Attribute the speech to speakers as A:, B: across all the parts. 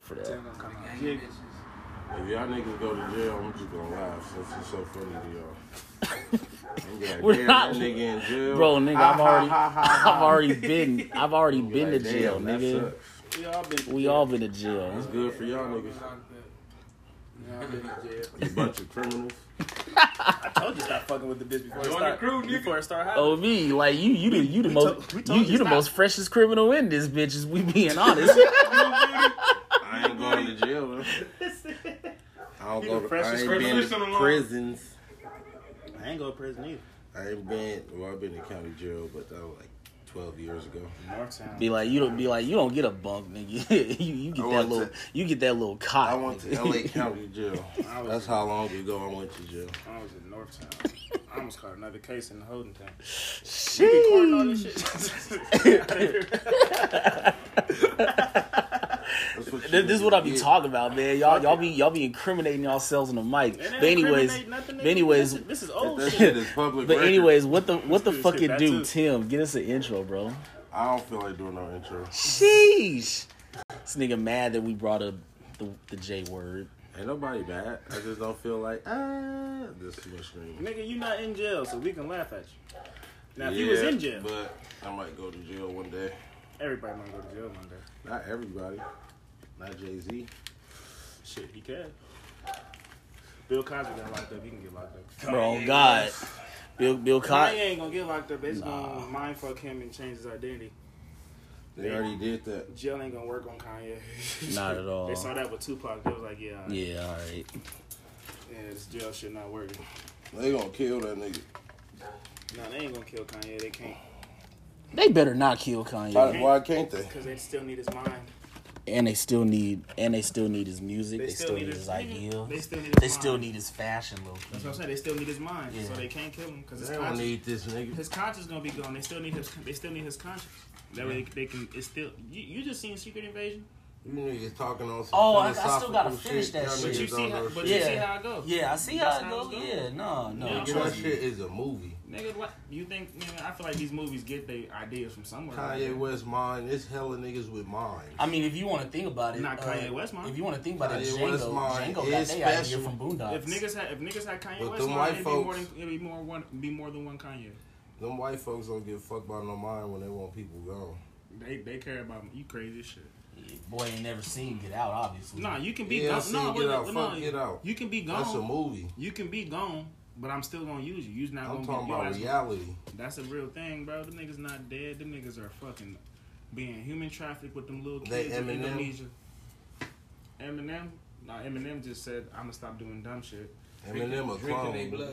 A: for that.
B: Jig-
C: If y'all niggas go to jail, I'm just gonna laugh since it's so funny to y'all. I'm like,
A: We're
C: damn,
A: not-
C: that nigga in jail.
A: Bro, nigga,
C: Ha,
A: I've
C: ha,
A: already,
C: ha, ha, ha.
A: I've already been, I've already
C: Be
A: been
C: like,
A: to jail,
C: damn, that
A: nigga.
C: sucks.
B: We all been.
A: We all been to jail.
C: It's good for y'all niggas.
B: we all been in jail.
C: You bunch of criminals.
B: I told you stop fucking with the bitch before it
D: Join the
B: start.
D: crew, nigga.
B: Before it start happening.
A: Oh me, like you, you the you the
B: we
A: most
B: told- we
A: you,
B: told you
A: you the
B: stop.
A: most freshest criminal in this bitch. Is we being honest?
C: I ain't going to jail. though. I don't
B: You
C: go
B: the
C: to, I
B: freshest
C: ain't been
D: criminal.
C: to prisons.
B: I ain't go to prison either.
C: I ain't been. Well, I've been in county jail, but that was like 12 years ago.
B: Northtown.
A: be like you don't be like you don't get a bunk, nigga. you you get
C: I
A: that
C: went
A: little
C: to-
A: you get that little cot.
C: I went to
A: nigga.
C: LA County Jail.
B: I was-
C: That's how long ago I went to jail.
B: I was in Northtown. I almost caught another case in the holding tank.
A: Shit.
B: Recording all this shit.
C: That's what
A: This, this is
C: niggas
A: what I be
C: get.
A: talking about, man. Y'all, y'all be, y'all be incriminating yourselves on the mic. But anyways, but anyways,
B: this is old
C: That
B: shit.
C: shit is public.
A: but
C: record.
A: anyways, what the, what the
B: Let's
A: fuck
B: get
A: it
B: back to
A: do,
B: it.
A: Tim? Get us an intro, bro.
C: I don't feel like doing no intro.
A: Sheesh. This nigga mad that we brought up the, the J word.
C: Ain't nobody bad. I just don't feel like ah. This too much screaming.
B: Nigga, you not in jail, so we can laugh at you. Now, if you was in jail,
C: but I might go to jail one day.
B: everybody might go to jail one day.
C: Not everybody. Not Jay Z.
B: Shit, he can. Bill Cosby got locked up. He can get locked up.
A: Bro, God. Bill, Bill
B: Kanye
A: Cosby.
B: ain't gonna get locked up. It's gonna mind fuck him and change his identity.
C: They already did that.
B: Jail ain't gonna work on Kanye.
A: Not at all.
B: They saw that with Tupac. They was like, yeah, yeah,
A: Yeah, all right.
B: this jail shit not working.
C: They gonna kill that nigga.
B: No, they ain't gonna kill Kanye. They can't,
A: They better not kill Kanye.
C: Why, why can't they?
B: cause they still need his mind.
A: And they still need, and they still need his music. They, still, need his idea.
B: They
A: They,
B: still need. His mind.
A: still need his fashion, little.
B: That's what I'm saying. They still need his mind,
A: Yeah.
B: so they can't kill him because
C: They
B: his
C: don't
B: conscience,
C: need this nigga.
B: his conscience gonna be gone. They still need his. They still need his conscience. That way they, they can. It's still. You, you just seen Secret Invasion,
C: You niggas talking on some
A: Oh, I- I still gotta
C: philosophical
A: finish that
C: Y'all
A: shit.
B: but
C: niggas
B: you
C: don't
B: see.
C: know
B: How, but
C: shit.
B: you see
A: Yeah.
B: how it goes.
A: Yeah, I see
B: That's
A: how it
B: how
A: goes.
B: it's going.
A: Yeah, no, no.
B: Yeah,
A: I
C: Nigga,
A: trust
C: that
A: you.
C: shit is a movie.
B: Nigga, what you think? Man, I feel like these movies get their ideas from somewhere.
C: Kanye West mine. It's hella niggas with mine.
A: I mean, if you want to think about it, uh,
B: Not Kanye West, man.
A: If you want to think about it,
C: Kanye
A: Django,
C: West,
A: Django
C: man,
A: got that
C: is
A: idea
C: special.
A: from Boondocks.
B: If niggas had if niggas had Kanye
C: But
B: West,
C: them
B: on,
C: white
B: it'd be more
C: folks-
B: than it'd be more one be more than one Kanye.
C: Them white folks don't give a fuck about no mind when they want people gone.
B: They they care about you crazy as shit.
A: boy ain't never seen Get Out, obviously.
B: Nah, you can be
C: Yeah, I
B: gone.
C: seen
B: No,
C: Get
B: wait,
C: Out.
B: wait,
C: Fuck
B: no,
C: Get Out.
B: You can be gone.
C: That's a movie.
B: You can be gone, but I'm still gonna use you. You's not
C: I'm
B: gonna
C: talking
B: be your
C: about
B: ass-
C: reality.
B: That's a real thing, bro. The niggas not dead. The niggas are fucking being human trafficked with them little
C: They
B: kids in
C: Eminem?
B: Indonesia. Eminem, nah, Eminem just said I'm gonna stop doing dumb shit.
C: Eminem a
D: Drinking they
C: clone.
D: blood.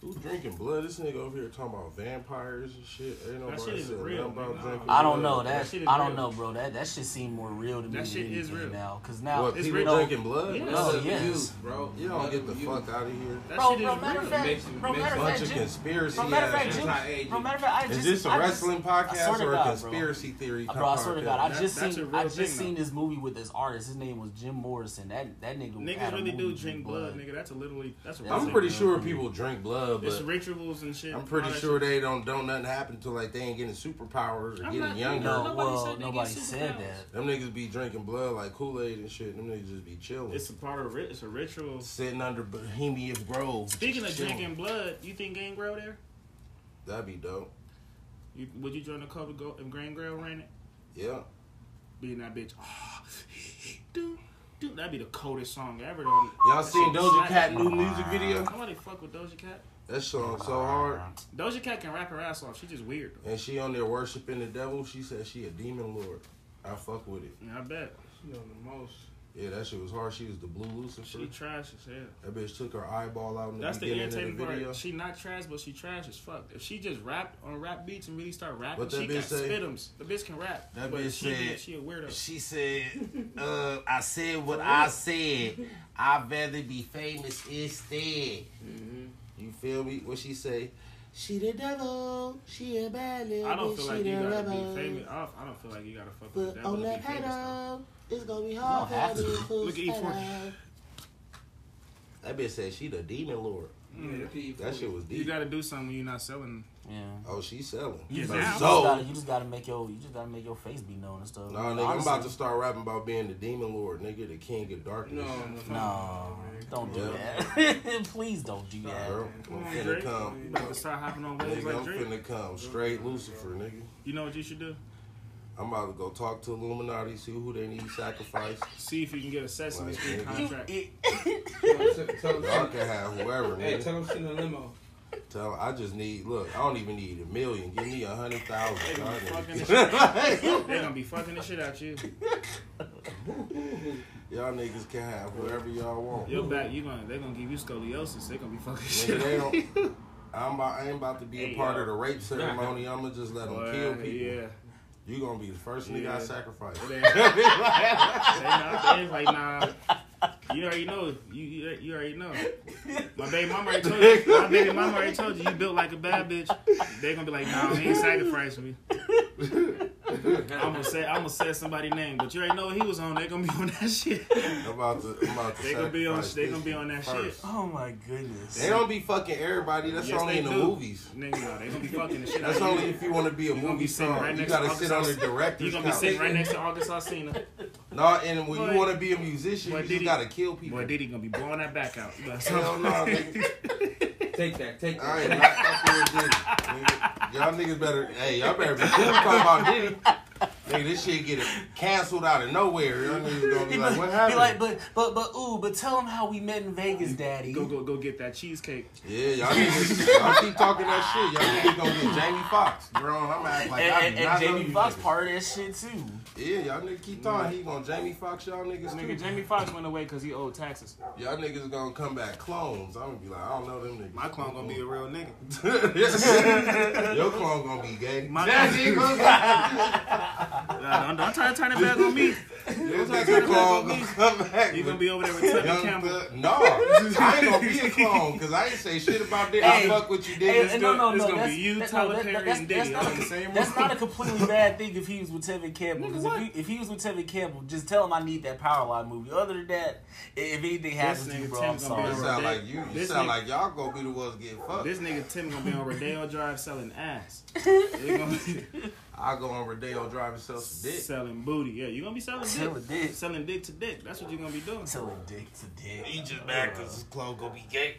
C: Who drinking blood? This nigga over here talking about vampires and shit. Ain't nobody
B: shit is
C: said nothing
B: real,
C: about
B: nigga.
C: drinking
A: I don't know
C: blood.
A: that.
B: That shit is
A: I don't
B: real.
A: know, bro. That that shit seemed more real to me. than
B: That shit is
A: anything
B: real.
A: now, cause now,
C: What
B: It's
C: people
B: real.
C: drinking blood?
B: Yes.
A: No,
C: No,
D: Blood
A: yes.
D: abuse, bro.
C: you don't
D: Blood
C: get the
D: abuse.
C: fuck out of here.
B: That
A: bro,
B: shit is
A: bro, matter
B: real.
A: of fact,
D: Makes-
A: bro,
D: makes
A: matter of
C: Bunch
A: fact,
C: of
A: just,
C: conspiracy.
A: bro, matter of fact,
C: ass
A: just,
C: shit.
D: Anti-aging.
A: bro, matter of fact, I just,
C: Is this a
A: I just-
C: wrestling
A: I swear
C: podcast
A: to
C: or a
A: God, bro.
C: conspiracy theory?
A: Bro, I swear to
C: podcast?
A: God, I
B: That-
A: just
B: that's a
A: seen
B: real
A: I just
B: thing,
A: seen
B: though.
A: this movie with this artist. His name was Jim Morrison. That that nigga
B: Niggas
A: had a
B: really
A: movie
B: do
A: with
B: drink blood, nigga. That's a literally that's a real
C: I'm
B: thing.
C: pretty sure people drink blood,
B: It's
C: but
B: rituals and shit.
C: I'm pretty
B: all that
C: sure
B: shit.
C: they don't don't nothing happen till like they ain't getting superpowers or
B: I'm
C: getting
B: not-
C: younger.
A: No,
B: Nobody
A: well,
B: said they
A: nobody
B: get
A: said
B: superpowers.
A: that.
C: Them niggas be drinking blood like Kool Aid and shit. Them niggas just be chilling,
B: it's a part of ri- it's a ritual.
C: sitting under Bohemian Grove.
B: Speaking of
C: just chilling.
B: drinking blood, you think Gang Grow there?
C: that'd be dope.
B: You, would you join the club if Go- if Gang Grow ran it?
C: Yeah,
B: Being that bitch, oh, dude, dude, that'd be the coldest song ever. Though.
C: y'all seen
B: shit
C: Doja
B: slap.
C: Cat new music video?
B: Nobody fuck with Doja Cat.
C: That song so hard,
B: Doja Cat can rap her ass off. She just weird.
C: and she on there worshiping the devil. She said she a demon lord. I fuck with it.
B: Though. Yeah, I bet
D: She on the most.
C: Yeah, that shit was hard. She was the blue Lucifer.
B: she trash as hell.
C: That bitch took her eyeball out in the
B: That's the
C: beginning
B: irritating
C: of the video.
B: part. She not trash, but she trash as fuck. If she just rapped on rap beats and really start rapping,
C: What that
B: she
C: bitch
B: got
C: say?
B: spitums. The bitch can rap.
C: That
B: but
C: bitch
B: she, be-
C: said-
B: she a weirdo.
C: She said, uh, I said what I said. I'd rather be famous instead.
B: Mm-hmm.
C: You feel me? What she say? She the devil. She a bad little
B: I don't feel
C: bitch,
B: like
C: she
B: you
C: the
B: gotta
C: rebel.
B: be famous. I don't, I don't feel like you gotta fuck with the
C: But
B: devil
C: on
B: to be
C: that
B: famous. though.
C: pedal, it's gonna be
A: You don't
C: hard
A: have
C: for
A: to.
C: you to
B: Look at E40.
C: stand That bitch said she the demon lord. That shit was
B: Mm. You
C: deep.
B: gotta do something when you're not selling.
A: Yeah.
C: Oh, she's selling.
B: Yeah,
C: So-
B: now-
A: You just,
C: so,
A: gotta, you just gotta make your you just gotta make your face be known and stuff.
C: no, nigga, I'm about to
A: Honestly,
C: start rapping about being the demon lord, nigga, the king of darkness.
A: No, don't do
C: Yeah.
A: that. Please don't do that.
C: Girl,
B: Come
C: I'm
B: on,
C: finna
B: Drake.
C: come.
B: You about to start hopping on waves
C: Nigga,
B: like
C: I'm
B: Drake.
C: finna come. Straight Lucifer, nigga.
B: You know what you should do?
C: I'm about to go talk to Illuminati, see who they need sacrifice.
B: See if you can get a Sesame
C: Like,
B: Street
C: nigga.
B: contract.
A: It-
C: Y'all can have whoever,
D: Hey,
C: nigga.
D: tell him shit in the limo.
C: Tell, I just need, look, I don't even need a million. Give me a hundred
B: They
C: thousand.
B: gonna be
C: y'all
B: fucking the
C: niggas.
B: shit out you. They gonna be fucking the shit out you.
C: Y'all niggas can have whoever y'all want.
B: Your back, you gonna they gonna give you scoliosis. They gonna be fucking shit
C: Nigga, they
B: out you.
C: don't. I'm about, I ain't about to be
B: Hey,
C: a part
B: yo.
C: of the rape ceremony. I'ma just let them
B: Boy,
C: kill people.
B: Yeah.
C: You gonna be the first nigga
B: Yeah.
C: I sacrifice.
B: They, they not, they like nah. You already know. You you, you already know. My baby mama already told you. My baby mama already told you. You built like a bad bitch. They gonna be like, nah, he ain't sacrificing me. I'm gonna say I'm gonna say somebody's name, but you already know what he was on. They gonna be on that shit.
C: I'm about to. I'm about to.
B: They gonna be on-
C: sacrifice
B: they gonna
C: this
B: be on that
C: first.
A: oh my goodness.
C: They don't be fucking everybody. That's
B: Yes,
C: only
B: they
C: in the
B: do.
C: movies.
B: Nigga, no, they gonna be fucking the shit.
C: That's
B: out of
C: only
B: you.
C: if you want to be a
B: gonna be
C: movie
B: sitting
C: star.
B: right
C: you
B: next
C: gotta
B: to
C: sit on the
B: Augustus. You
C: director's
B: gonna be
C: couch.
B: sitting right next to August Alsina.
C: No, and when
B: Boy.
C: you want to be a musician,
B: Boy,
C: you
B: Diddy.
C: just gotta kill people.
B: Boy, Diddy gonna be blowing that back out. You gotta
C: Hell
B: stop.
C: no, nigga.
D: Take that, take
C: I ain't
D: that.
C: not fucking with Diddy. nigga. Y'all niggas better. Hey, y'all better be cool talking about Diddy. Nigga, this shit get canceled out of nowhere. Y'all niggas gonna be
A: He
C: like,
A: like,
C: what
A: he
C: happened?
A: like, but but but ooh, but tell him how we met in Vegas, Daddy.
B: Go go go get that cheesecake.
C: yeah, y'all niggas. Y'all keep talking that shit. Y'all niggas gonna get Jamie Foxx, bro. I'm gonna act like
A: and
C: I do
A: and,
C: not
A: and
C: know
A: Jamie
C: you
A: Foxx
C: niggas.
A: part of that shit too.
C: Yeah, y'all niggas keep talking. He gonna Jamie Foxx y'all niggas
B: Nigga,
C: too.
B: Jamie Foxx went away because he owed taxes.
C: Y'all niggas gonna come back clones. I'm gonna be like, I don't know them niggas.
B: My clone gonna be a real nigga.
C: Your clone gonna be gay.
B: My-
C: nigga.
B: Nah, don't, don't try to turn it back on me.
C: Your nigga clone gonna come back.
B: You gonna
C: with
B: be over there with Tubby
C: young
B: Campbell.
C: thug- No, I ain't gonna be a clone because I ain't say shit about that. I
A: Hey,
C: fuck with you,
A: Hey,
C: nigga.
A: and no, no,
B: it's
A: no,
B: gonna
A: that's,
B: be you,
A: that- no,
B: Tyler
A: that-
B: Perry,
A: that's,
B: and
A: that's
B: Diddy
A: not,
B: all in the same
A: that's
B: room.
A: not a completely bad thing if he was with Tevin Campbell. Because if, you- if he was with Tevin Campbell, just tell him I need that Power Line movie. Other than that, i- if anything happens to you,
B: nigga
A: bro, I'm
B: Tim's gonna be
C: You
A: sorry.
B: on-
C: sound like you. You
B: This
C: sound
B: nigga-
C: like y'all gonna be the ones getting fucked.
B: This nigga Tim gonna be on Rodeo Drive selling ass. They gonna be
C: I go on Rodeo Drive and sell some dick.
B: selling booty. Yeah, you gonna be selling dick.
A: Selling dick.
B: Selling dick to dick. That's what you gonna be doing.
A: Telling dick to dick.
C: just mad because his clone gonna be gay.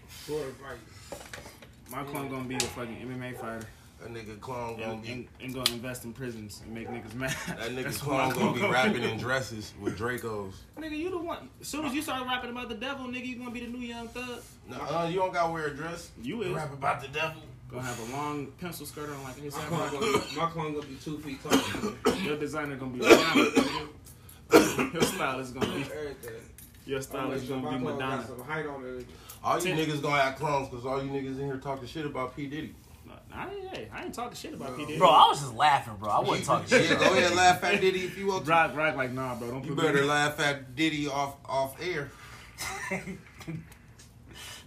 B: My clone gonna be a fucking MMA fighter
C: That nigga clone gonna
B: and,
C: be
B: and, and gonna invest in prisons and make niggas mad.
C: That nigga
B: That's
C: clone
B: what my
C: gonna be rapping in
B: be.
C: dresses with Dracos.
B: Nigga, you the one. As soon as you start rapping about the devil, nigga, you gonna be the new young thug.
C: Nuh-uh, uh, you don't gotta wear a dress.
B: You is
C: Rap about the devil.
B: gonna have a long pencil skirt on like his
D: My clone gonna be- my clone gonna be two feet tall. nigga.
B: Your designer gonna be Rihanna. Your style is gonna be
D: Everything.
B: your
D: I'm
B: style
D: gonna
B: is
D: make sure
B: gonna
D: my
B: be
D: clone
B: Madonna.
D: got some height on it.
C: All you
B: Ten-
C: niggas gonna have clones because all you niggas in here talking shit about P. Diddy.
B: No, I ain't, hey, I ain't talking shit about P Diddy.
A: Bro, I was just laughing, bro. I wasn't talking
C: Yeah,
A: shit.
C: go ahead and laugh at Diddy if you want to.
B: rock, rock like nah, bro. Don't
C: You
B: put
C: better
B: me.
C: laugh at Diddy off off air.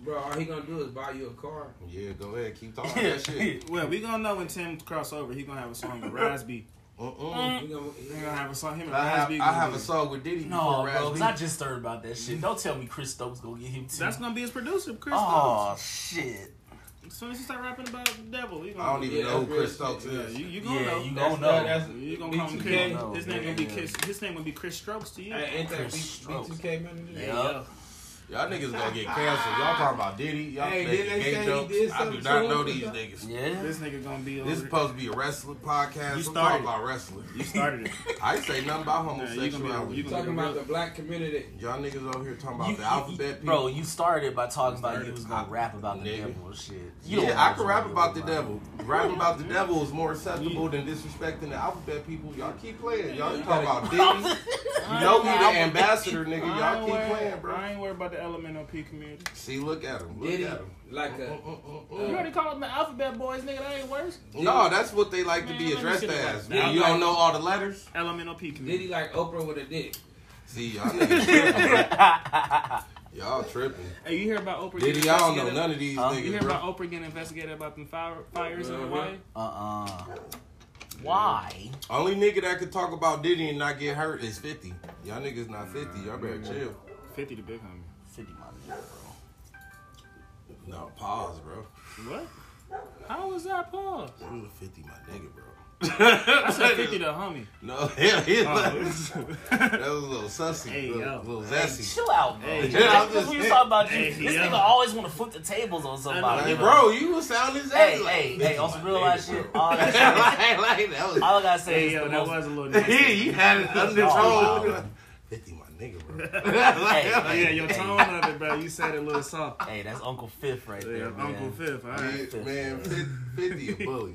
D: Bro, all he gonna do is buy you a car.
C: Yeah, go ahead, keep talking that shit.
B: Well, we gonna know when Tim cross over. He gonna have a song with Rasby.
C: Uh-uh.
D: He gonna, he
B: He gonna have a song. Him and
C: I have,
B: Rasby.
C: I have a song with Diddy
A: No,
C: before
A: bro, because I
C: Raspy.
A: just stirred about that shit. Don't tell me Chris Stokes gonna get him too.
B: That's gonna be his producer, Chris.
A: oh shit.
B: Stokes. As soon as you start rapping about the devil, you gonna.
C: I don't even
D: Yeah,
C: know
D: that's
C: who Chris
D: real
C: Stokes
D: shit,
B: Yeah,
C: is.
B: you, you gonna
A: Yeah,
B: know.
A: you
D: That's-
A: gonna know.
D: that's-
B: You gonna call him
D: B2K.
B: Chris.
A: know.
B: His name gonna be
A: Yeah.
B: Chris. His name gonna be Chris Strokes to you.
D: Hey, ain't that
A: Chris Strokes.
D: B- B2K manager?
A: Yeah.
B: Yo.
C: Y'all niggas gonna get canceled. Y'all talking about Diddy. Y'all
D: Hey,
C: making
D: didn't they say
C: gay
D: he
C: jokes.
D: did
C: I do
D: something
C: not
D: to
C: know
D: him?
C: these niggas.
A: Yeah.
B: This nigga gonna be over.
C: This is supposed to be a wrestling podcast.
B: You
C: I'm
B: started
C: talking about wrestling.
B: you started it.
C: I ain't say nothing about
B: Nah, you gonna be-
C: homosexuality.
B: you gonna-
D: Talking about the black community.
C: Y'all niggas over here talking about
A: You-
C: the
A: you-
C: alphabet people.
A: bro, you started by talking about you
B: Started.
A: was gonna rap about the
C: Nigga.
A: devil and shit. You don't
C: yeah, I
A: know
C: can
A: what
C: rap
A: you
C: about the
A: about.
C: devil. Rapping about the devil is more acceptable than disrespecting the alphabet people. Y'all keep playing. Y'all talking about Diddy. You know he the ambassador, nigga.
B: I
C: Y'all
B: ain't
C: keep
B: worried-
C: playing, bro.
B: I ain't worried about the elemental P community.
C: See, look at him. Look
D: Diddy,
C: at him. oh,
D: like a.
B: You already called them the alphabet boys, nigga. That ain't worse.
C: No, that's what they like to
B: Man,
C: be
B: let me
C: addressed
B: see the white-
C: as. When
B: Now
C: you don't
B: like-
C: know all the letters.
B: Elemental P community.
D: Diddy like Oprah with a dick.
C: See, y'all niggas tripping. y'all tripping.
B: Hey, you hear about Oprah?
C: Diddy,
B: getting
C: I don't know
B: investigated-
C: none of these
A: Huh?
B: You
C: niggas,
B: hear
C: bro.
B: about Oprah getting investigated about the fire, fires in
D: Uh-huh.
B: Hawaii?
A: Uh-uh. Why?
C: Only nigga that could talk about Diddy and not get hurt is 50. Y'all niggas not 50. Y'all better chill.
B: Fifty to big homie.
A: Fifty my nigga, bro.
C: No, pause, bro.
B: What? How was that pause?
C: It was 50, my nigga, bro.
B: I said 50 to homie.
C: No, hell, he was
B: Oh.
C: that was a little sussy,
B: Hey,
C: little,
B: yo.
C: little
A: Hey,
C: zesty.
A: chill out, bro.
B: Hey,
A: Just
B: yeah, I'm
A: because
C: just-
A: we was talking about you,
B: Hey,
A: this
B: yeah.
A: nigga always want to flip the tables on somebody.
B: I
C: Like,
B: know.
A: bro.
C: bro, you was sounding
A: Hey,
C: zesty. like,
A: hey,
C: this
A: hey,
C: is
A: on
C: my
A: some real
C: nigga,
A: life
C: bro.
A: shit. All that shit.
C: like, like, that was.
A: All I gotta say
B: Hey,
A: is
B: yo,
A: the
B: that
A: most,
B: was a little
C: yeah,
B: nasty.
C: you had it under
A: Oh, wow.
C: control. 50, my nigga, bro. like,
A: Hey,
B: Oh,
C: like,
B: yeah, your tone of it, bro. You said it a little soft.
A: Hey, that's Uncle Fifth right
B: Yeah,
A: there. man.
B: Uncle Fifth. All right.
C: Man, man, 50 a bully.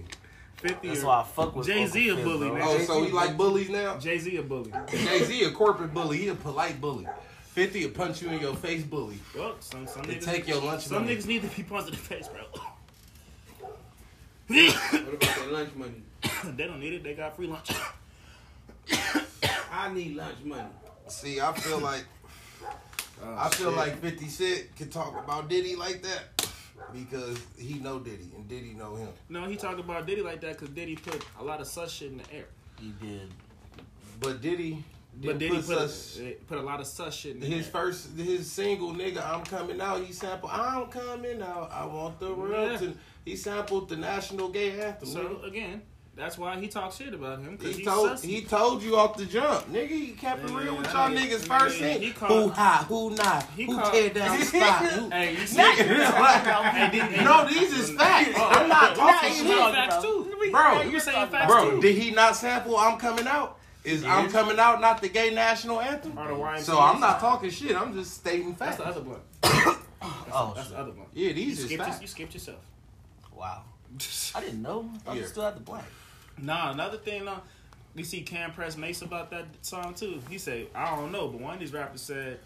B: 50
A: That's
B: or-
A: why I fuck with
B: Jay-Z
A: Uncle
B: a
A: Fifth,
B: bully,
A: bro.
B: man.
C: Oh, so he like bullies now?
B: Jay-Z a bully.
C: Jay Z a corporate bully. He a polite bully. 50 a punch you in your face bully.
B: Well, some, some
C: They
B: niggas,
C: take your lunch
B: some
C: money.
B: niggas need to be punched in the face, bro.
D: What about that lunch money?
B: they don't need it. They got free lunch.
D: I need lunch money.
C: See, I feel like I feel like 50 Cent can talk about Diddy like that because he know Diddy and Diddy know him.
B: No, he talked about Diddy like that because Diddy put a lot of sus shit in the air.
A: He did.
C: But Diddy,
B: But
C: didn't
B: Diddy
C: put
B: put
C: us-
B: a, put a lot of sus shit in the
C: his
B: air.
C: first his single nigga I'm coming out. He sampled I'm coming out. I want the world
B: Yeah.
C: to. He sampled the national gay anthem.
B: So
C: nigga.
B: again, that's why he talks shit about him. 'cause
C: He
B: he's
C: told
B: sussy.
C: he told you off the jump, nigga. He kept it
B: Yeah,
C: real with
B: yeah,
C: y'all
B: yeah.
C: niggas
B: Yeah,
C: first
B: yeah,
C: thing.
B: he caught-
C: Who hot? Who not?
B: He
C: who
B: caught-
C: tear down the spot? Who?
B: Hey, you see,
C: Like,
B: Hey, did-
C: no, these is facts.
B: Oh,
C: I'm
A: Not
C: not talking
A: even
C: shit.
A: talking
B: facts too,
C: Bro,
B: you saying facts
C: Bro,
B: too?
C: did he not sample "I'm Coming Out"? Is "I'm Coming Out" not the gay national anthem?
B: Or the YMCA.
C: So I'm not talking shit. I'm just stating
B: That's
C: facts.
B: the other one.
A: Oh,
B: That's the other one.
C: Yeah,
B: You
C: these is
B: skipped, your- you
C: facts.
B: skipped yourself.
A: wow. I didn't know. I
C: Yeah.
A: was still at the black.
B: Nah, another thing, though, we see Cam Press Mace about that song too. He said, "I don't know," but one of these rappers said,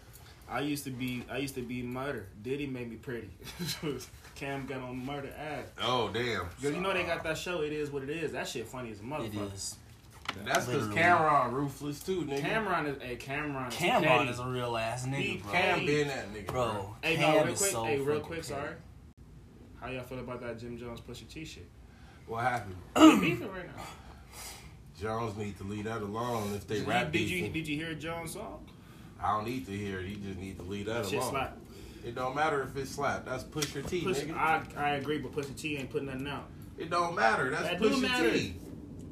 B: "I used to be, I used to be murder. Diddy made me pretty." Cam got on murder ass.
C: Oh damn!
B: Cause you know they got that show. It is what it is. That shit funny as a
A: It
B: motherfucker.
A: is.
C: That's because
A: Literally.
C: Cameron ruthless too, nigga.
B: Cameron is a hey, Cameron.
A: Cameron
B: petty.
A: is a real ass
B: He
A: nigga, bro.
B: Cam-
C: Cam been that nigga,
A: bro,
B: Hey,
A: Cam
B: no, real
A: is
B: quick.
A: so
B: hey, real
A: fucking
B: quick.
A: petty.
B: Sorry. How y'all feel about that Jim Jones Pusha T shit?
C: What happened?
B: They beefing right now.
C: Jones need to leave that alone if they
B: Did
C: rap
B: you, did
C: beefing.
B: you did you hear Jones song?
C: I don't need to hear it. You just need to leave that
B: Shit
C: alone.
B: slap.
C: It don't matter if it's slap. That's push your T,
B: Push,
C: nigga.
B: I I agree, but Pusha T ain't putting nothing out.
C: it don't matter. That's
B: That do
C: push your
B: matter.
C: T,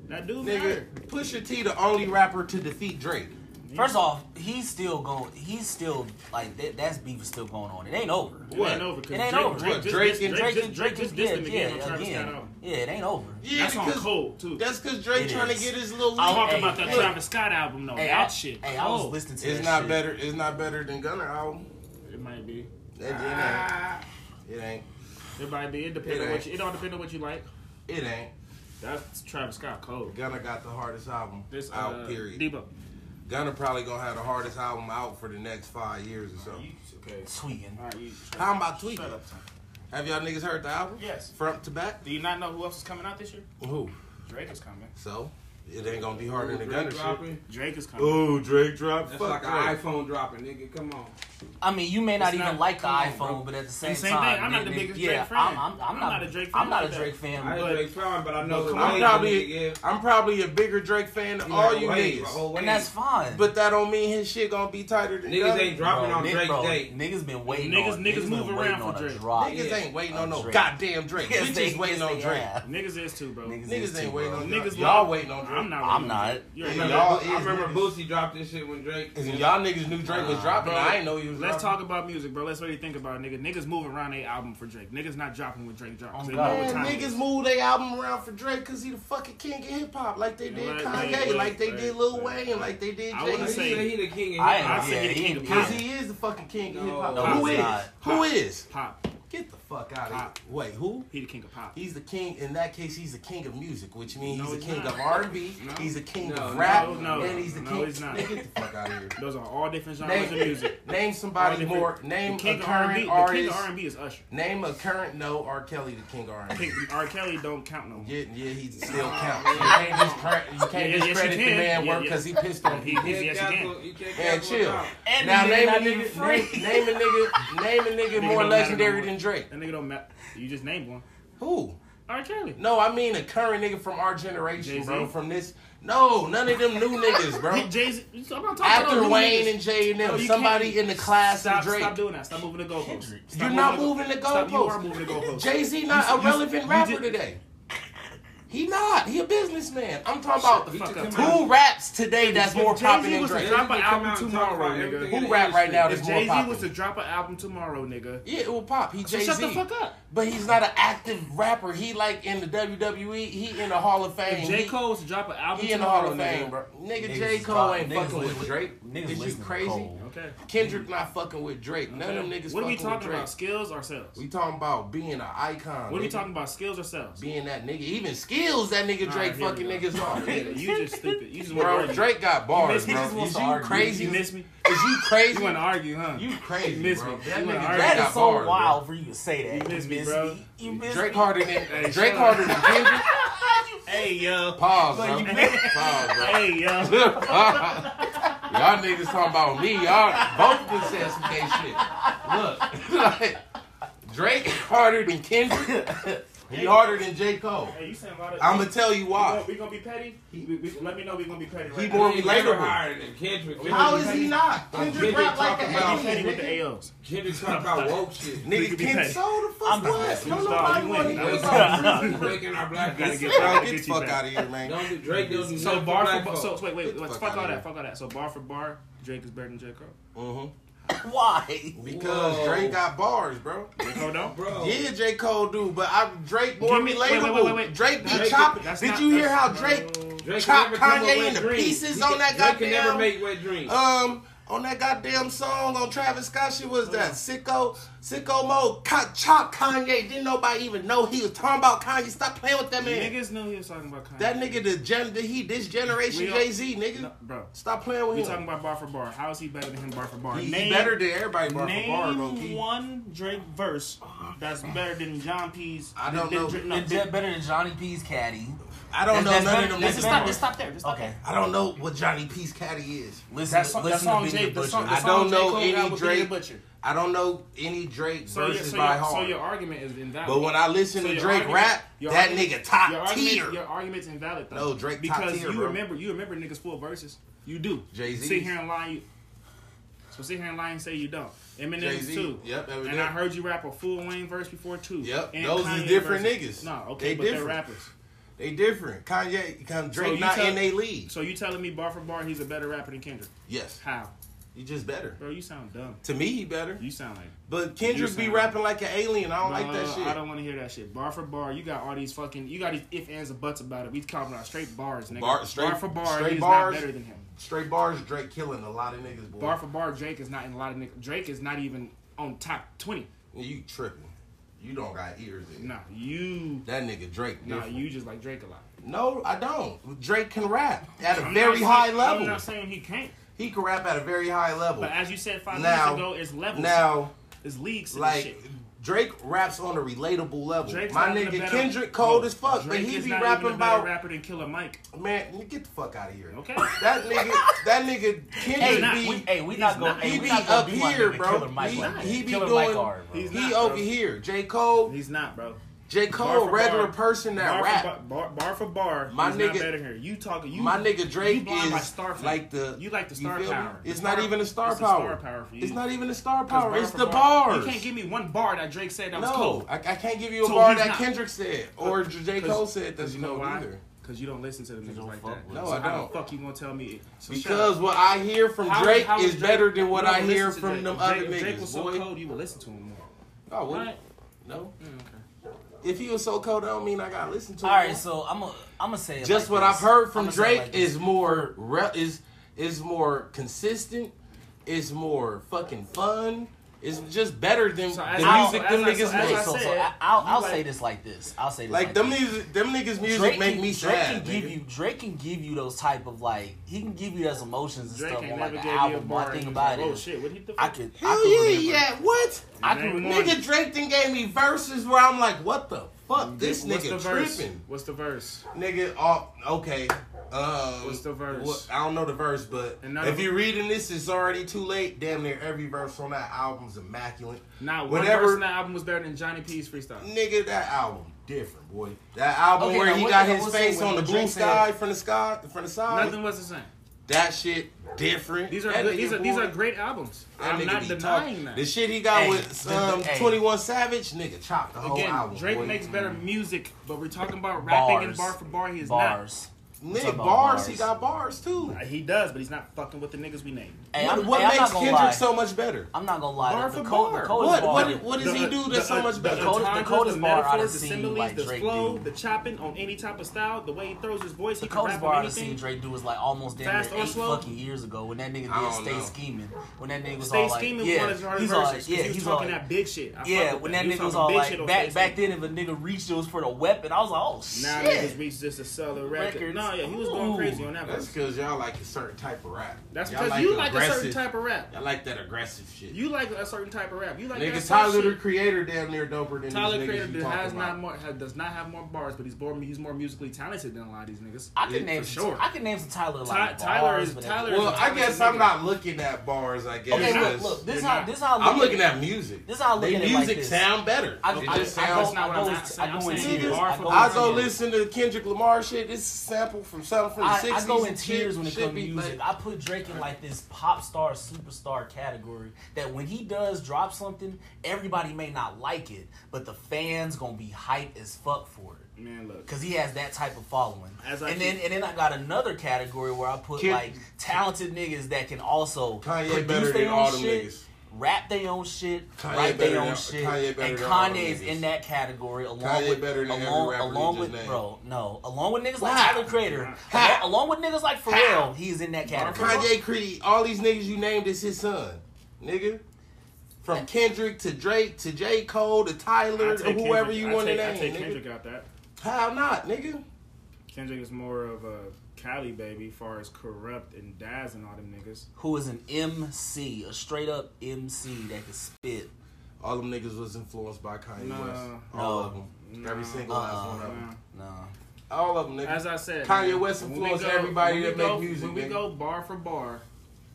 B: That dude
C: nigga.
B: matter.
C: Push your T, the only rapper to defeat Drake.
A: First off, he's still going. He's still like that. That's beef is still going on. It ain't over.
B: It
C: What?
B: ain't over. 'cause
A: It ain't
B: Drake,
A: over.
B: Drake,
C: What,
B: just
C: Drake
B: dissed-
C: and-
B: Drake,
A: Drake,
B: just, Drake
A: just
B: just dissed him again on Travis Scott album.
A: yeah, it ain't over.
C: Yeah,
B: That's on
C: because
B: cold too.
C: that's because Drake
A: It
C: trying
A: is.
C: to get his little.
A: I
B: I'm
C: lead.
B: talking
A: hey,
B: about that
A: look.
B: Travis Scott album though.
A: Hey,
B: that
A: I,
B: shit. Oh.
A: Hey, I was
B: cold.
A: listening to
C: It's
A: that
C: not
A: shit.
C: better. It's not better than Gunner album.
B: It might be.
C: That
A: Ah.
C: it ain't. It ain't.
B: It might be. It depends
C: It
B: on what
C: ain't.
B: you. It all depends on what you like.
C: It ain't.
B: That's Travis Scott cold.
C: Gunner got the hardest album
B: This uh,
C: out. period.
B: Debo.
C: Gunner probably gonna have the hardest album out for the next five years or so.
B: Okay.
A: Tweaking.
B: All right. You,
C: How am I tweaking?
B: Shut up, son.
C: Have y'all niggas heard the album?
B: Yes.
C: Front to back?
B: Do you not know who else is coming out this year?
C: Who?
B: Drake is coming.
C: So it ain't gonna be harder than
D: Drake
C: Gunner shit.
D: dropping.
B: Drake is coming.
C: Ooh, Drake dropped.
D: That's
C: Fuck
D: like an
C: Drake.
D: iPhone dropping, nigga. Come on.
A: I mean, you may not
B: It's
A: even
B: not-
A: like the
B: come on,
A: iPhone,
B: bro.
A: but at the same,
B: same thing,
A: time,
B: I'm not the
A: nigga,
B: biggest
A: yeah,
B: Drake fan.
A: I'm, I'm, I'm,
B: I'm
A: not,
B: not a Drake
A: I'm
B: fan
A: not a
B: like that.
A: Drake fan.
D: I
B: But-
D: ain't Drake fan, but I know
B: But
D: who
C: I'm
D: Drake
C: probably,
D: is.
C: I'm probably a bigger Drake fan than
D: You
C: all
D: gotta
C: you
D: wait,
C: niggas.
D: bro, wait.
A: and that's fine.
C: But that don't mean his shit gonna be tighter than
D: niggas
C: Gunner.
D: ain't dropping
A: Bro,
D: on
A: nigg-
D: Drake's
A: bro,
D: day.
A: Niggas been waiting.
B: Niggas-
A: on,
B: niggas
A: been
B: move around
A: waiting
B: for
A: on a
B: Drake.
A: Drop.
C: Niggas ain't waiting on no
A: Ah, Drake.
C: goddamn Drake.
A: Yes,
C: Bitches
A: they-
C: waiting
A: yes,
C: on
A: they
C: Drake.
A: have.
B: Niggas is too, bro.
A: Niggas is
C: Niggas
A: too,
C: ain't waiting
A: bro.
C: on Drake.
B: Niggas
C: Y'all
B: like-
C: waiting on Drake.
B: I'm not.
A: I'm
B: really-
A: not.
B: You
C: Hey,
B: already
D: Remember,
B: know.
C: y'all
D: I
C: is
D: remember
C: niggas.
D: Boosie dropped this shit when Drake.
C: Cause y'all niggas knew Drake was dropping.
B: bro,
C: I ain't know he was.
B: Let's
C: dropping.
B: talk about music, bro. Let's really think about it, nigga. Niggas moving around their album for Drake. Niggas not dropping when Drake drops.
A: Oh,
B: They
A: God.
B: know what
C: Man,
B: time it is.
C: niggas move their album around for Drake because he the fucking king of hip hop, like they did
B: Right,
C: Kanye,
B: right,
C: like they
B: right,
C: did Lil
B: right.
C: Wayne, like they did
B: I wanna
C: Jay
D: He
C: Z.
B: say-
D: said he the king of
A: I
D: hip
A: ain't.
B: I
D: hop.
B: said
A: yeah,
B: he
A: he
B: ain't
A: ain't
B: the
C: Cause
B: pop.
C: he is the fucking king
D: No,
C: of hip hop.
D: no,
C: Who
A: he's
C: is?
A: not.
C: Who is?
B: Pop.
C: Get the fuck out of here.
B: Pop.
C: Wait, who?
B: He the king of pop.
C: He's the king. In that case, he's the king of music, which means
B: No,
C: he's the
B: he's
C: king
B: not.
C: of R and B.
B: No.
C: He's the king
D: No,
C: of
D: no,
C: rap,
B: no,
C: and he's the
B: no,
C: king.
B: he's not.
C: Man, get the fuck out of here.
B: Those are all different genres of music.
C: Name
B: All
C: somebody
B: different-
C: more. Name
B: the king
C: a
B: of R&B.
C: current
B: The king
C: artist.
B: of R&B is Usher.
C: Name a current. No, R. Kelly, the king of R and B.
B: King, R. Kelly don't count no more.
C: Yeah, Oh, yeah, he still counts. You can't discredit, you
B: Yeah,
C: can't
B: yes, you
C: discredit
B: can.
C: the man
B: Yeah,
C: work
B: yeah.
C: because he pissed on
B: He,
C: people.
B: he, yes, he can.
D: You can't
C: Man,
D: cancel
C: chill.
D: him out.
A: And
C: Now
A: he
C: name a
A: not even
C: nigga, name,
A: free.
C: name a nigga, name a nigga
B: Nigga
C: more
B: don't matter no
C: legendary
B: more.
C: than Drake.
B: That nigga don't matter. You just named one.
C: Who?
B: R. Kelly.
C: No, I mean a current nigga from our generation,
B: Jay-Z?
C: bro. From this, no, none of them new niggas, bro.
B: Jay Z. I'm not talking about
C: After
B: new
C: Wayne
B: niggas.
C: and Jay and
B: No,
C: them,
B: you
C: somebody
B: can't.
C: in the class
B: Stop,
C: of Drake.
B: stop doing that. Stop moving the goalposts. Stop
C: You're not moving the
B: Stop, you are
C: goalposts.
B: moving the goalposts.
C: Jay Z not
B: You-
C: a
B: you-
C: relevant
B: you
C: rapper
B: did-
C: today. He not. He a businessman. I'm talking about
B: the fuck up.
C: who raps today that's
B: If
C: more
B: Jay-Z
C: poppin' than
B: was to
C: Drake.
B: drop an
D: They come
B: album
D: out and talk
B: tomorrow,
D: about
B: nigga.
D: everything
C: Who
D: in the
C: rap right now
D: industry.
B: If
C: It's more
B: Jay Z was
C: popping.
B: to drop an album tomorrow, nigga.
C: Yeah, it will pop. He
B: So
C: Jay
B: shut the
C: Z.
B: fuck up.
C: But he's not an active rapper. He like in the WWE. He in the Hall of Fame.
B: If J
C: He-
B: Cole was to drop an album
C: He in the Hall
B: tomorrow,
C: of Fame,
B: nigga.
C: bro. Nigga,
A: Niggas
C: J.
A: is
C: Cole
A: fucking-
C: ain't
A: niggas
C: fucking
A: listen-
C: with Drake.
A: niggas
C: Is you
A: listen to
C: crazy?
A: Cole.
B: Okay.
C: Kendrick not fucking with Drake. None of them niggas
B: What are we
C: fucking with
B: talking
C: Drake.
B: about? Skills or sales?
C: We talking about being an icon.
B: What are we
C: nigga.
B: talking about? Skills or sales?
C: Being that nigga. Even skills that nigga
B: Nah,
C: Drake
B: here we
C: fucking
B: go.
C: niggas on.
B: Yeah,
C: nigga.
B: you just stupid. You just want
C: Bro,
B: to
C: Drake got bars,
B: missed- he
C: bro.
A: just wants
C: Is
A: to
C: you
A: argue.
C: crazy?
B: You
C: Is
B: miss me.
C: you crazy?
B: You want to argue, huh?
C: You crazy,
B: You miss
C: bro.
B: me.
C: That
B: You
C: nigga
B: wanna
C: Drake
B: argue.
A: That
C: got
A: is so
C: bars, bro.
A: wild for you to say that.
B: You miss me, bro.
A: me. You miss
C: Drake
A: me.
C: harder than
B: shut
C: Drake
B: up.
C: harder than Kendrick.
B: Hey yo.
C: Pause,
A: Like,
C: bro.
A: you
C: Pause, bro.
B: Hey yo.
C: y'all niggas talking about me. Y'all both been saying some gay shit. Look, like, Drake harder than Kendrick. He harder than J. Cole.
B: Hey, you saying a lot of.
C: I'ma tell you
B: Wow.
C: why.
B: We gonna be petty. We, we, let me know we gonna be petty. Right
C: He
B: now.
C: more
D: He ain't never
C: relatable.
D: hired than Kendrick.
C: How is he not? Kendrick
D: Kendrick
C: rap like
D: talking
C: an
D: about-
B: I'll tell you
C: alien.
B: with the
C: nigga.
B: AOs.
D: Kendrick talking about woke shit.
B: We
C: Nigga,
B: could be
C: Ken
B: petty.
C: so the fuck
A: I'm not
C: what?
A: petty.
C: Don't
B: Stop,
C: nobody
B: you
C: want to
B: ain't.
C: hear
B: That's
C: about
A: not-
C: Drake.
D: Breaking our black
B: Gotta
D: guys.
B: get-
C: Bro,
B: Get
C: Get the
B: you
C: fuck
B: back.
C: out of here, man.
D: Don't do Drake. Don't do
B: So
D: nothing
B: bar for
D: black
B: bar.
D: folks.
B: So wait, wait,
C: Get the
B: wait.
C: fuck
B: Fuck
C: outta
B: all
C: here.
B: that. Fuck all that. So bar for bar, Drake is better than J Cole.
C: Mhm.
A: Why?
C: Because
D: Whoa.
C: Drake got bars, bro.
B: J Cole don't.
D: Bro.
C: Yeah, J. Cole do, but I Drake more
B: Give me- wait, wait,
C: relatable.
B: wait, wait, wait.
C: Drake be
D: Drake-
C: chopping.
B: that's
C: Did
B: not-
C: you hear
B: that's-
C: how
B: no.
C: Drake
D: Drake
C: chopped
D: never come up
C: Kanye
D: with
C: into
D: dreams.
C: pieces
D: He
C: on
D: can-
C: that
D: Drake can never
C: goddamn-
D: make wet dreams.
C: Um, on that goddamn song on Travis Scott, she was
B: Uh-huh.
C: that sicko, sicko mode, co- chop Kanye. Didn't nobody even know he was talking about Kanye. Stop playing with that man.
B: Niggas knew he was talking about Kanye.
C: That nigga, the gen, the he, this generation
B: We all-
C: Jay Z, nigga.
B: No, bro.
C: Stop playing with
B: We
C: him.
B: talking about bar for bar. How is he better than him bar for bar?
C: he, he
B: Name-
C: better than everybody. Bar for
B: Name
C: bar, low key.
B: one Drake verse that's better than John P's.
C: I don't
B: than-
C: know.
B: than-
A: You're
B: no,
A: dead better than Johnny P's caddy.
C: I don't
A: That's-
C: know
A: that's
C: none
A: better-
C: of
B: Let's
C: them.
B: just
A: that's
C: niggas.
B: stop.
A: better.
B: Let's stop there. Just
A: Okay.
B: stop
C: I don't know what Johnny P's caddy is.
A: Listen,
B: That song,
A: listen
B: that song
A: to Benny
B: Jay,
A: the
B: the
A: Butcher.
B: song, the
C: I
B: song
C: don't
B: J.
C: know
B: Cole
C: any
B: got with Benny
C: Drake
B: the Butcher.
C: I don't know any Drake
B: So, your,
C: verses
B: so,
C: by
B: your, so
C: heart.
B: your argument is invalid.
C: but when I listen
B: So
C: to
B: your
C: Drake
B: argument-
C: rap,
B: your
C: that
B: argument-
C: nigga top
B: your
C: tier.
B: Argument, your argument's invalid though.
C: No, Drake top
B: because
C: tier,
B: you
C: bro.
B: remember you remember niggas full verses. You do.
C: Jay-Z.
B: Sit here and lie. You, so sit here and lie and say you don't. Eminem's
C: Jay-Z.
B: too.
C: Yep, that was
B: And
C: it.
B: I heard you rap a full Wayne verse before too.
C: Yep,
B: And
C: those is
B: Kanye
C: different
B: verses.
C: niggas.
B: No,
C: They
B: okay, but
C: different.
B: they're rappers.
C: They different. Kanye, Kanye Drake
B: you
C: not
B: tell-
C: in they league.
B: So you telling me bar for bar he's a better rapper than Kendrick?
C: Yes,
B: How?
C: he just better.
B: Bro, you sound dumb.
C: To me, he better.
B: You sound like
C: But Kendrick be
B: sound-
C: rapping like an alien. I don't like that
B: Nah,
C: shit.
B: I don't want to hear that shit. Bar for bar, you got all these fucking, you got these if ands and buts about it. We talking about straight bars, nigga.
C: Bar- straight-
B: for bar,
C: straight
B: he's
C: bars.
B: not better than him.
C: Straight bars, Drake killing a lot of niggas. Boy,
B: Bar for bar, Drake is not in a lot of niggas. Drake is not even on top twenty.
C: you tripping? You don't got ears. In.
B: Nah, you,
C: That nigga Drake.
B: nah,
C: different.
B: you just like Drake a lot.
C: No, I don't. Drake can rap at a
B: I'm not
C: very
B: saying-
C: high
B: I'm
C: level.
B: not saying he can't,
C: He can rap at a very high level.
B: but as you said five
C: Now-
B: minutes ago, it's levels,
C: now,
B: it's leagues, and
C: like
B: shit.
C: Drake raps on a relatable level.
B: Drake's
C: My
B: not even a
C: nigga
B: better-
C: Kendrick cold
B: no,
C: as fuck,
B: Drake
C: but he
B: is
C: be
B: not
C: rapping
B: even a better
C: about
B: rapper than Killer Mike.
C: man. Get the fuck out of here.
B: Okay.
C: That nigga, that nigga
A: Hey,
C: Kendrick
B: not.
C: be
A: we, hey, we not going.
B: not.
A: Hey,
C: he
A: we
C: be
A: not gonna
C: up
A: be like
C: here,
A: nigga
C: bro.
A: Killer Mike
C: he,
A: like that.
C: he be
A: Killer
C: doing
A: Mike hard, bro.
B: He's
C: he
B: not,
C: over
B: bro.
C: here. J Cole,
B: He's not, bro.
C: J
B: Bar
C: Cole,
B: for
C: regular
B: bar.
C: person that
B: bar
C: rap.
B: For bar, bar, bar for bar,
C: My
B: my nigga,
C: nigga-
B: not better here. You talking? You,
C: My nigga
B: you
C: Drake
B: blind by
C: is
B: star power.
C: like the
B: you like the
C: you
B: star
C: feel me?
B: power.
C: It's
B: The
C: not
B: star-
C: even a star
B: it's the
C: power.
B: star power for you.
C: It's not even a star
B: Because
C: power.
B: bar
C: It's
B: for
C: the
B: bar-
C: bars.
B: You can't give me one bar that Drake said that was
C: No,
B: cool.
C: I, I can't give you a
B: So
C: bar
B: he's
C: that
B: not-
C: Kendrick said or J Cole said that you know either.
B: Because you don't listen to the niggas like that.
C: No,
B: so
C: I
B: How
C: don't.
B: the fuck you gonna tell me? So shut
C: Because
B: up.
C: what I hear from
B: How-
C: Drake
B: how
C: is
B: Drake-
C: better than what
B: you
C: I
B: don't
C: hear
B: listen to
C: from
B: Drake.
C: them
B: If
C: other
B: Drake, if Drake
C: niggas.
B: was so
C: boy.
B: cold, you would listen to him more.
C: I wouldn't.
B: Right?
C: No.
B: Mm, okay.
C: If he was so cold, I don't mean I gotta listen to him.
A: All right, so I'm gonna I'm gonna say it
C: just
A: like
C: what
A: this.
C: I've heard from
A: I'ma say it
C: Drake
A: like this.
C: is more re- is is more consistent, is more fucking fun, is just better than
B: So as
C: the
B: I-
C: music
B: as
C: them
B: I-
C: niggas
B: as
A: Okay,
C: make.
B: I
A: so, so
B: said,
A: I, I'll,
B: you
A: I'll
B: like-
A: say this like this. I'll say this
C: Like them
A: this.
C: music, them niggas music
A: Drake
C: make
A: can-
C: me
A: Drake
C: sad.
A: can give
C: nigga.
A: you Drake can give you those type of like he can give you those emotions and
B: Drake
A: stuff
B: ain't
A: on like
B: never
A: an
B: gave you a
A: album. My
B: bar. and
A: thing
B: you was
A: about
B: like,
A: it
B: Oh
A: is
B: shit! What he the
A: I
B: fuck?
A: could I
C: Hell
A: could
C: yeah,
A: remember.
C: yeah. What?
A: I
B: Name
A: can
B: one.
A: remember.
C: Nigga Drake then gave me verses where I'm like, what the fuck? This
B: What's
C: nigga
B: the verse?
C: tripping.
B: What's the verse?
C: Nigga, oh, okay. Um,
B: What's the verse?
C: what- I don't know the verse, but
B: And none
C: if
B: of-
C: you're reading this, it's already too late. Damn near every verse on that album's immaculate.
B: Now, one
C: Whatever-
B: verse in the album was better than Johnny P's freestyle.
C: Nigga, that album. different, boy. That album
A: Okay,
C: where
A: now
C: he
A: one
C: got
A: thing I
C: his
A: will say
C: face
A: when
C: on the
A: he
C: blue
A: drinks
C: sky
A: it-
C: from the sky from the side.
B: Nothing was the same.
C: That shit different.
B: These are
C: That
B: good,
C: nigga,
B: these are these
C: boy,
B: are great albums.
C: that
B: I'm
C: nigga
B: not
C: be
B: denying
C: talking.
B: that.
C: The shit he got
A: Hey,
C: with
A: the- the-
C: um,
A: hey.
C: Twenty One Savage, nigga, chopped the whole
B: Again,
C: album.
B: Drake
C: boy.
B: makes better music, but we're talking about rapping
A: Bars.
B: and bar for bar. He is
A: Bars.
C: nigga
A: talking
C: bars,
A: about
C: He
A: bars.
C: got bars too.
B: not. He does, but he's not fucking with the niggas we named.
A: Hey,
C: what
A: I'm,
C: what
A: hey, I'm
C: makes
A: not gonna
C: Kendrick
A: lie.
C: so much better?
A: I'm not gonna lie.
B: Bar
A: the,
B: for
A: code,
B: bar.
A: the code
C: What
A: is bar.
C: what what does he do that's so much
B: the,
C: better?
A: Cole- the
B: entendres,
A: coldest
B: the
A: bar I've
B: metaphors, the
A: seen,
B: similes,
A: like,
B: the
A: Drake
B: flow,
A: do.
B: the chopping on any type of style, the way he throws his voice,
A: The
B: he can
A: coldest
B: rap
A: bar
B: on
A: I seen
B: anything.
A: Drake do was like almost damn
B: Fast
A: near
B: or
A: eight
B: slow?
A: fucking years ago when that nigga did
C: I don't
A: Stay
C: know.
A: Scheming. When that nigga was
B: Stay
A: all like,
B: scheming
A: yeah,
B: was one of his hardest
A: he's all,
B: verses. 'cause
A: yeah,
B: he was
A: he's
B: talking
A: all,
B: that big shit. I fuck
A: yeah.
B: with
A: When that
B: He
A: nigga was
B: talking
A: all
B: big
A: like
B: shit on
A: back
B: Stay
A: back
B: Scheming.
A: then, if a nigga reached, it was for the weapon. I was like, oh
B: Now
A: shit.
B: niggas reach just a seller record.
A: Records.
B: No, yeah, he was going
A: Ooh.
B: crazy on that
C: That's
B: verse.
C: because y'all like a certain type of rap.
B: That's
C: Y'all
B: because you
C: the
B: like a certain
C: aggressive-
B: type of rap.
C: Y'all like that aggressive shit.
B: You like a certain type of rap. You like
C: Nigga,
B: that
C: Tyler
B: shit.
C: the Creator damn near doper than
B: Tyler
C: these niggas you
B: Creator
C: talking
B: has
C: about.
B: not more has, does not have more bars, but he's more he's more musically talented than a lot of these niggas.
A: I can
C: Yeah,
A: name
B: for
A: some-
B: sure.
A: I can name some Tyler
B: Ty-
A: like
B: Tyler
A: bars,
B: is-
A: but-
B: Tyler is-
C: well, I guess I'm not looking at bars. I guess.
A: Okay,
B: You're
A: look,
C: because
A: look. This
B: You're
A: how
B: not.
A: this how
C: I'm looking at music.
A: This is how I look
C: They
A: at it
C: music
A: like this.
C: sound better.
A: I,
C: it
A: I,
C: just
A: I,
C: sounds.
A: go, I, go,
B: That's not
A: I go
B: what
A: in
B: I'm saying.
A: tears.
B: Bar
A: I
B: for
A: go,
C: I
B: bar.
A: in
C: go
A: tears.
C: listen to Kendrick Lamar shit. This is a sample from something from the
A: I,
C: '60s.
A: I go in
C: Shit-
A: tears when it
C: shit
A: comes to
C: be
A: music.
C: like-
A: I put Drake in like this pop star, superstar category that when he does drop something, everybody may not like it, but the fans gonna be hype as fuck for it.
B: Man, look.
A: Cause he has that type of following,
B: As I
A: and then
B: keep-
A: and then I got another category where I put
C: Kid-
A: like talented niggas that can also
C: Kanye better
A: produce
C: than
A: their
C: all
A: own
C: them
A: shit,
C: niggas.
A: rap their own shit,
C: Kanye
A: write
C: better
A: their own
C: than-
A: shit,
C: Kanye better
A: and
C: than all them
A: Kanye's
C: niggas.
A: in that category along
C: Kanye
A: with
C: better than every
A: along,
C: rapper you
A: along
C: just
A: with
C: named.
A: bro no along with niggas like
C: Wow.
A: Tyler Creator,
C: Ha.
A: along, along with niggas like Pharrell, he's in that category.
C: Kanye Creed, all these niggas you named is his son, nigga. From Kendrick to Drake to J. Cole to Tyler
B: I
C: to
B: take
C: whoever
B: Kendrick-
C: you
B: I
C: want to
B: take-
C: name.
B: I take
C: nigga.
B: Kendrick out that.
C: How not, nigga?
B: Kendrick is more of a Cali baby, far as corrupt and Daz and all them niggas.
A: Who is an MC, a straight up MC that can spit.
C: All them niggas was influenced by Kanye
B: Nah.
C: West. All
A: No.
C: of them.
B: Nah.
C: Every single last one of them.
B: Nah.
A: No,
C: All of them, nigga.
B: As I said,
C: Kanye
B: man,
C: West
B: when we
C: influenced
B: go-
C: everybody
B: when we
C: that make
B: go-
C: music,
B: When we
C: nigga.
B: go bar for bar,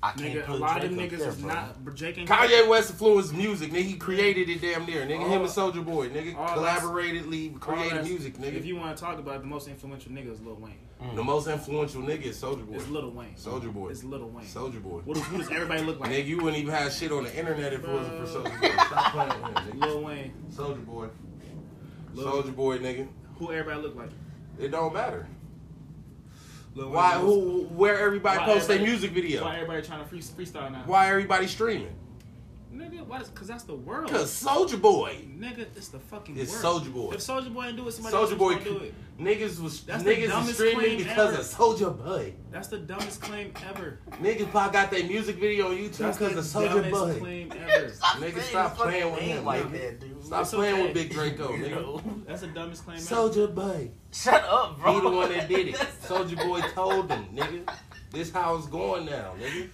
A: I can't
B: nigga, a
A: put
B: lot of
A: Drake
B: them
A: up
B: niggas
A: there,
B: is
A: bro.
B: not. Jake ain't
C: Kanye West influenced music, nigga. He created it damn near, nigga. Him
B: All-
C: and Soldier Boy, nigga.
B: all that's-
C: Collaboratedly
B: all
C: created
B: that's-
C: music,
B: If
C: nigga.
B: you want to talk about it, the most influential nigga is Lil Wayne.
C: the most influential nigga is Soldier Boy.
B: It's Lil Wayne.
C: Soulja Boy.
B: It's Lil Wayne.
C: Soldier Boy.
B: What, does- who does everybody look like?
C: Nigga, you wouldn't even have shit on the internet if it wasn't for
B: Bruh.
C: Soldier Boy. Stop playing with him, nigga.
B: Lil Wayne.
C: Soldier Boy.
B: Lil-
C: Soldier Boy, nigga.
B: Who everybody look like?
C: It don't matter.
B: Lil
C: Why?
B: Wayne.
C: Who? Where everybody
B: Why
C: posts their
B: everybody-
C: music
B: Why
C: video?
B: everybody trying to free, freestyle now?
C: Why everybody streaming?
B: Nigga, why? Because that's the world.
C: Cause Soldier Boy.
B: Nigga, it's the fucking
C: It's
B: world.
C: Soulja Boy.
B: If Soldier Boy ain't do it, somebody
C: Soldier
B: else
C: Boy
B: gonna do it.
C: niggas was
B: That's the
C: niggas is
B: dumbest
C: streaming
B: claim
C: because
B: ever.
C: of Soldier Boy.
B: That's the dumbest claim ever.
C: Niggas probably got their music video on YouTube
B: That's
C: because of
B: the
C: Soldier
B: dumbest
C: Boy.
B: claim ever.
C: Niggas stop playing with him.
A: like
C: nigga.
A: that, dude.
C: Stop
B: It's
C: playing
B: okay.
C: with Big Draco, nigga.
A: Bro.
B: That's the dumbest claim ever.
C: Soldier Boy.
A: Shut up, bro.
C: He the one that did it. Soldier Boy told him, nigga. This how it's going now, nigga.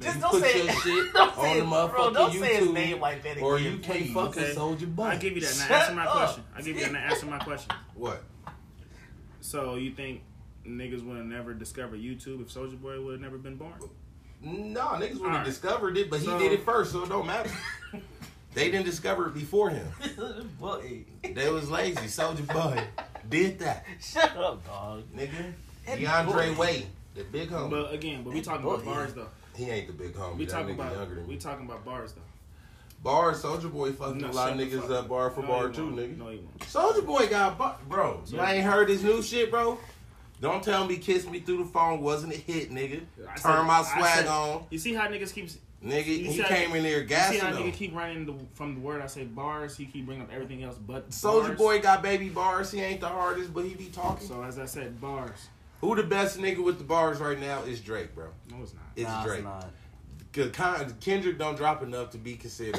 A: Just
C: You
A: don't
C: put
A: say
C: your
A: it.
C: shit
A: don't
C: on
A: say
C: the
A: it, bro.
C: motherfucking
A: Don't say his
C: YouTube,
A: name like that again.
C: Or you can't
A: please.
C: fuck
B: Okay.
C: with Soldier Boy.
B: I give you that.
A: Shut
B: Now answer my
A: up.
B: question. I give you that. Now answer my question.
C: What?
B: So you think niggas would have never discovered YouTube if Soldier Boy would have never been born?
C: No, niggas would have
B: Alright.
C: discovered it, but
B: So-
C: he did it first, so it don't matter. they didn't discover it before him.
A: Boy,
C: They was lazy. Soldier Boy did that,
A: Shut up, dog.
C: nigga.
A: That
C: DeAndre
A: boy.
C: Way, the big homie.
B: But again, but we talking about bars though.
C: he ain't the big homie.
B: We
C: that
B: talking
C: nigga
B: about
C: younger than
B: we
C: me.
B: talking about bars though.
C: Bar Soldier Boy fucking
B: No,
C: a lot of
B: shut the
C: niggas
B: fuck
C: up
B: up.
C: bar for
B: No,
C: bar
B: he
C: too,
B: won't.
C: nigga.
B: No, he won't.
C: Soldier Boy got bar, bro. You ain't heard his new shit, bro. Don't tell me kiss me through the phone wasn't a hit, nigga.
B: I said-
C: Turn my
B: I
C: swag
B: said-
C: on,
B: You see how niggas keeps.
C: nigga.
B: You
C: He
B: said-
C: came in there
B: You see
C: gassing
B: how
C: him.
B: nigga keep running the, from the word I say bars. He keep bringing up everything else but
C: Soldier
B: bars.
C: Boy got baby bars. He ain't the hardest, but he be talking.
B: So as I said, bars.
C: Who the best nigga with the bars right now is Drake, bro.
B: No, it's not.
C: It's
A: Nah,
C: Drake.
A: not.
C: Cause Con- Kendrick don't drop enough to be considered.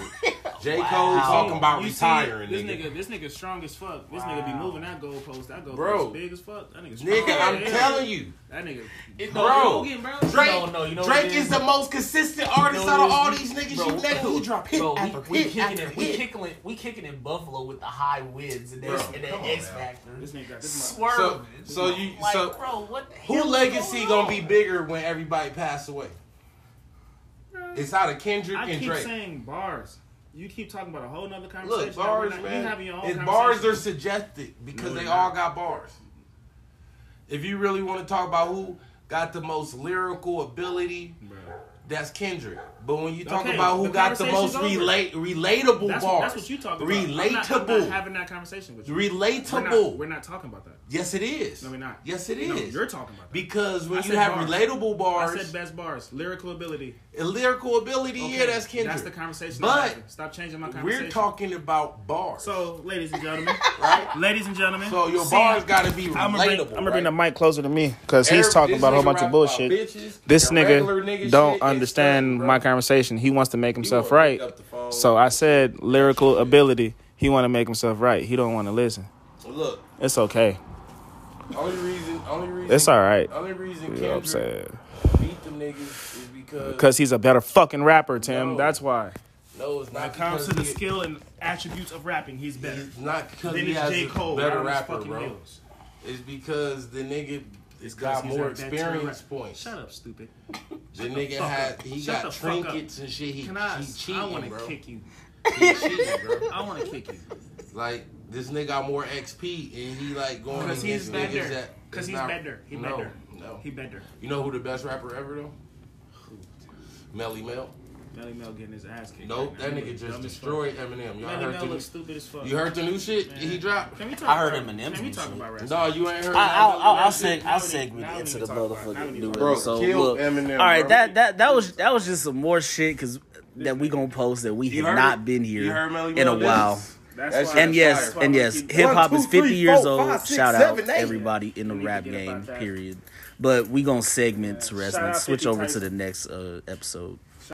C: J.
A: Wow.
C: Cole talking about
B: You see,
C: retiring,
B: this
C: nigga.
B: nigga. This nigga strong as fuck. This nigga be
A: Wow.
B: moving that goalpost. That goalpost
C: Bro.
B: big as fuck. That nigga strong.
C: Nigga, I'm
B: Yeah.
C: telling you,
B: That nigga.
A: It-
C: Bro.
B: Hogan, bro.
C: Drake,
A: No, no, you know what
C: Drake
A: it
C: is
A: is?
C: the most consistent artist
A: You know
C: out of
A: what
C: all
A: it is?
C: these niggas
A: Bro,
C: you let
A: bro,
C: he drop hit
A: bro, we-
C: after
A: we,
C: hit
A: kicking
C: after
A: it, we
C: hit.
A: kicking it, we kicking in Buffalo with the high winds and that,
C: Bro,
A: and that
C: come on,
A: X
C: man.
A: factor.
B: This nigga got this much.
A: Swerving.
C: So- so you-
A: like,
C: so
A: bro, what the hell
C: Who
A: is
C: legacy
A: going
C: gonna
A: on?
C: be bigger when everybody pass away? It's out of Kendrick
B: I
C: and
B: keep
C: Drake.
B: saying bars. You keep talking about a whole nother conversation.
C: Look,
B: that we're
C: bars,
B: not-
C: man.
B: You having your own
C: it's bars
B: conversation.
C: are suggested because
B: No,
C: they
B: they're
C: all
B: not.
C: got bars. If you really want to talk about who got the most lyrical ability,
B: Bruh.
C: that's Kendrick. But when you talk
B: Okay,
C: about who
B: the
C: got the most
B: conversation's
C: relate relatable
B: That's,
C: bars,
B: what, that's what you talking about. I'm
C: relatable,
B: not, I'm not having that conversation with you.
C: relatable.
B: We're not, we're not talking about that.
C: yes, it is.
B: No, we're not.
C: Yes, it is.
B: No, you're talking about that.
C: because when
B: I
C: you
B: said
C: have
B: bars.
C: relatable bars,
B: I said best bars, lyrical ability.
C: and lyrical ability, yeah,
B: Okay,
C: that's Kendrick.
B: That's the conversation.
C: But
B: I'm having. stop changing my conversation.
C: We're talking about bars.
B: So, ladies and gentlemen,
C: right?
B: ladies and gentlemen.
C: So your
B: see,
C: bars got to be relatable.
B: I'm gonna bring, I'm gonna bring the
C: right?
B: mic closer to me because he's
C: Every-
B: talking
C: this
B: about a whole
C: nigga
B: bunch
C: rap
B: of
C: about
B: bullshit.
C: bitches
B: this
C: and regular
B: nigga,
C: nigga
B: don't
C: shit,
B: understand
C: etc.,
B: my conversation.
C: bro.
B: He wants to make himself
C: wanna
B: right.
C: pick up the phone.
B: So I said lyrical ability. He want to make himself right. He don't want to listen.
C: Look,
B: It's okay.
C: only reason, only reason,
B: It's all right.
C: Only reason
B: You know
C: Kendrick
B: what I'm saying?
C: beat them niggas is because
B: Because he's a better fucking rapper, Tim.
C: No.
B: That's why.
C: no, it's
B: When
C: not
B: it comes
C: because
B: to the
C: he-
B: skill and attributes of rapping, he's better.
C: It's not because
B: Then
C: he
B: it's
C: has
B: J. Cole.
C: a better
B: Ryan
C: rapper,
B: fucking
C: bro.
B: Mills.
C: It's because the nigga
B: 'Cause
C: has got
B: he's
C: more
B: like that too,
C: experience
B: right?
C: points.
B: Shut up, stupid.
C: The nigga
B: fuck
C: had
B: up.
C: he
B: Shut
C: got
B: the fuck up.
C: trinkets and shit. He,
B: Can I?
C: he
B: I
C: cheating,
B: want to
C: bro.
B: kick you.
C: He cheating, bro.
B: I want to kick you.
C: Like this nigga got more XP and he like going
B: Because
C: against
B: Oh, he's
C: niggas
B: better.
C: that
B: Because
C: is
B: he's
C: not-
B: better. He
C: no,
B: better.
C: No.
B: He better.
C: You know who the best rapper ever though? Melly Mel.
B: Melly Mel getting his ass kicked.
C: Nope,
B: right
C: that
B: now. He
C: nigga
B: look dumb
C: just
B: as
C: destroyed Eminem.
B: fuck.
C: Y'all
B: Melly
C: heard
B: Mel
C: the new,
B: looks stupid as fuck.
C: you heard the new shit
B: Man.
C: he dropped?
B: Can we talk
A: I heard
B: about-
A: Eminem
B: Can
A: some
B: we talk
A: shit.
B: about rap?
C: No, you ain't heard.
A: I'll, I'll, I'll,
C: Melly Mel shit?
A: seg-
B: Now
A: I'll
B: we need- now
A: segment
B: we
A: into
B: need
A: the
B: to talk about- now we
A: motherfucking
B: need to
A: new
B: talk
C: Bro,
A: episode.
C: kill
A: Look,
C: Eminem,
A: all right,
C: bro.
A: that that that was that was just some more shit because that we gonna post that we have
C: You heard
A: not
C: it?
A: been
C: You
A: here
C: heard Melly
A: in a
C: Mel?
A: while.
C: This-
B: That's
C: That's-
B: why-
C: And
B: that's
A: yes,
B: why
A: and
B: we
A: yes,
B: keep-
A: hip hop
C: One,
A: is
C: two, three,
A: 50 years
C: four,
A: old.
C: five, six,
A: Shout
C: seven,
A: out
C: eight.
A: everybody in the
B: We need to
A: rap
B: get up
A: game.
B: out that.
A: Period. But we gonna segment to
B: Yeah,
A: rest
B: shout
A: and
B: out
A: switch
B: 50
A: over to the
B: Tyson.
A: next uh, episode.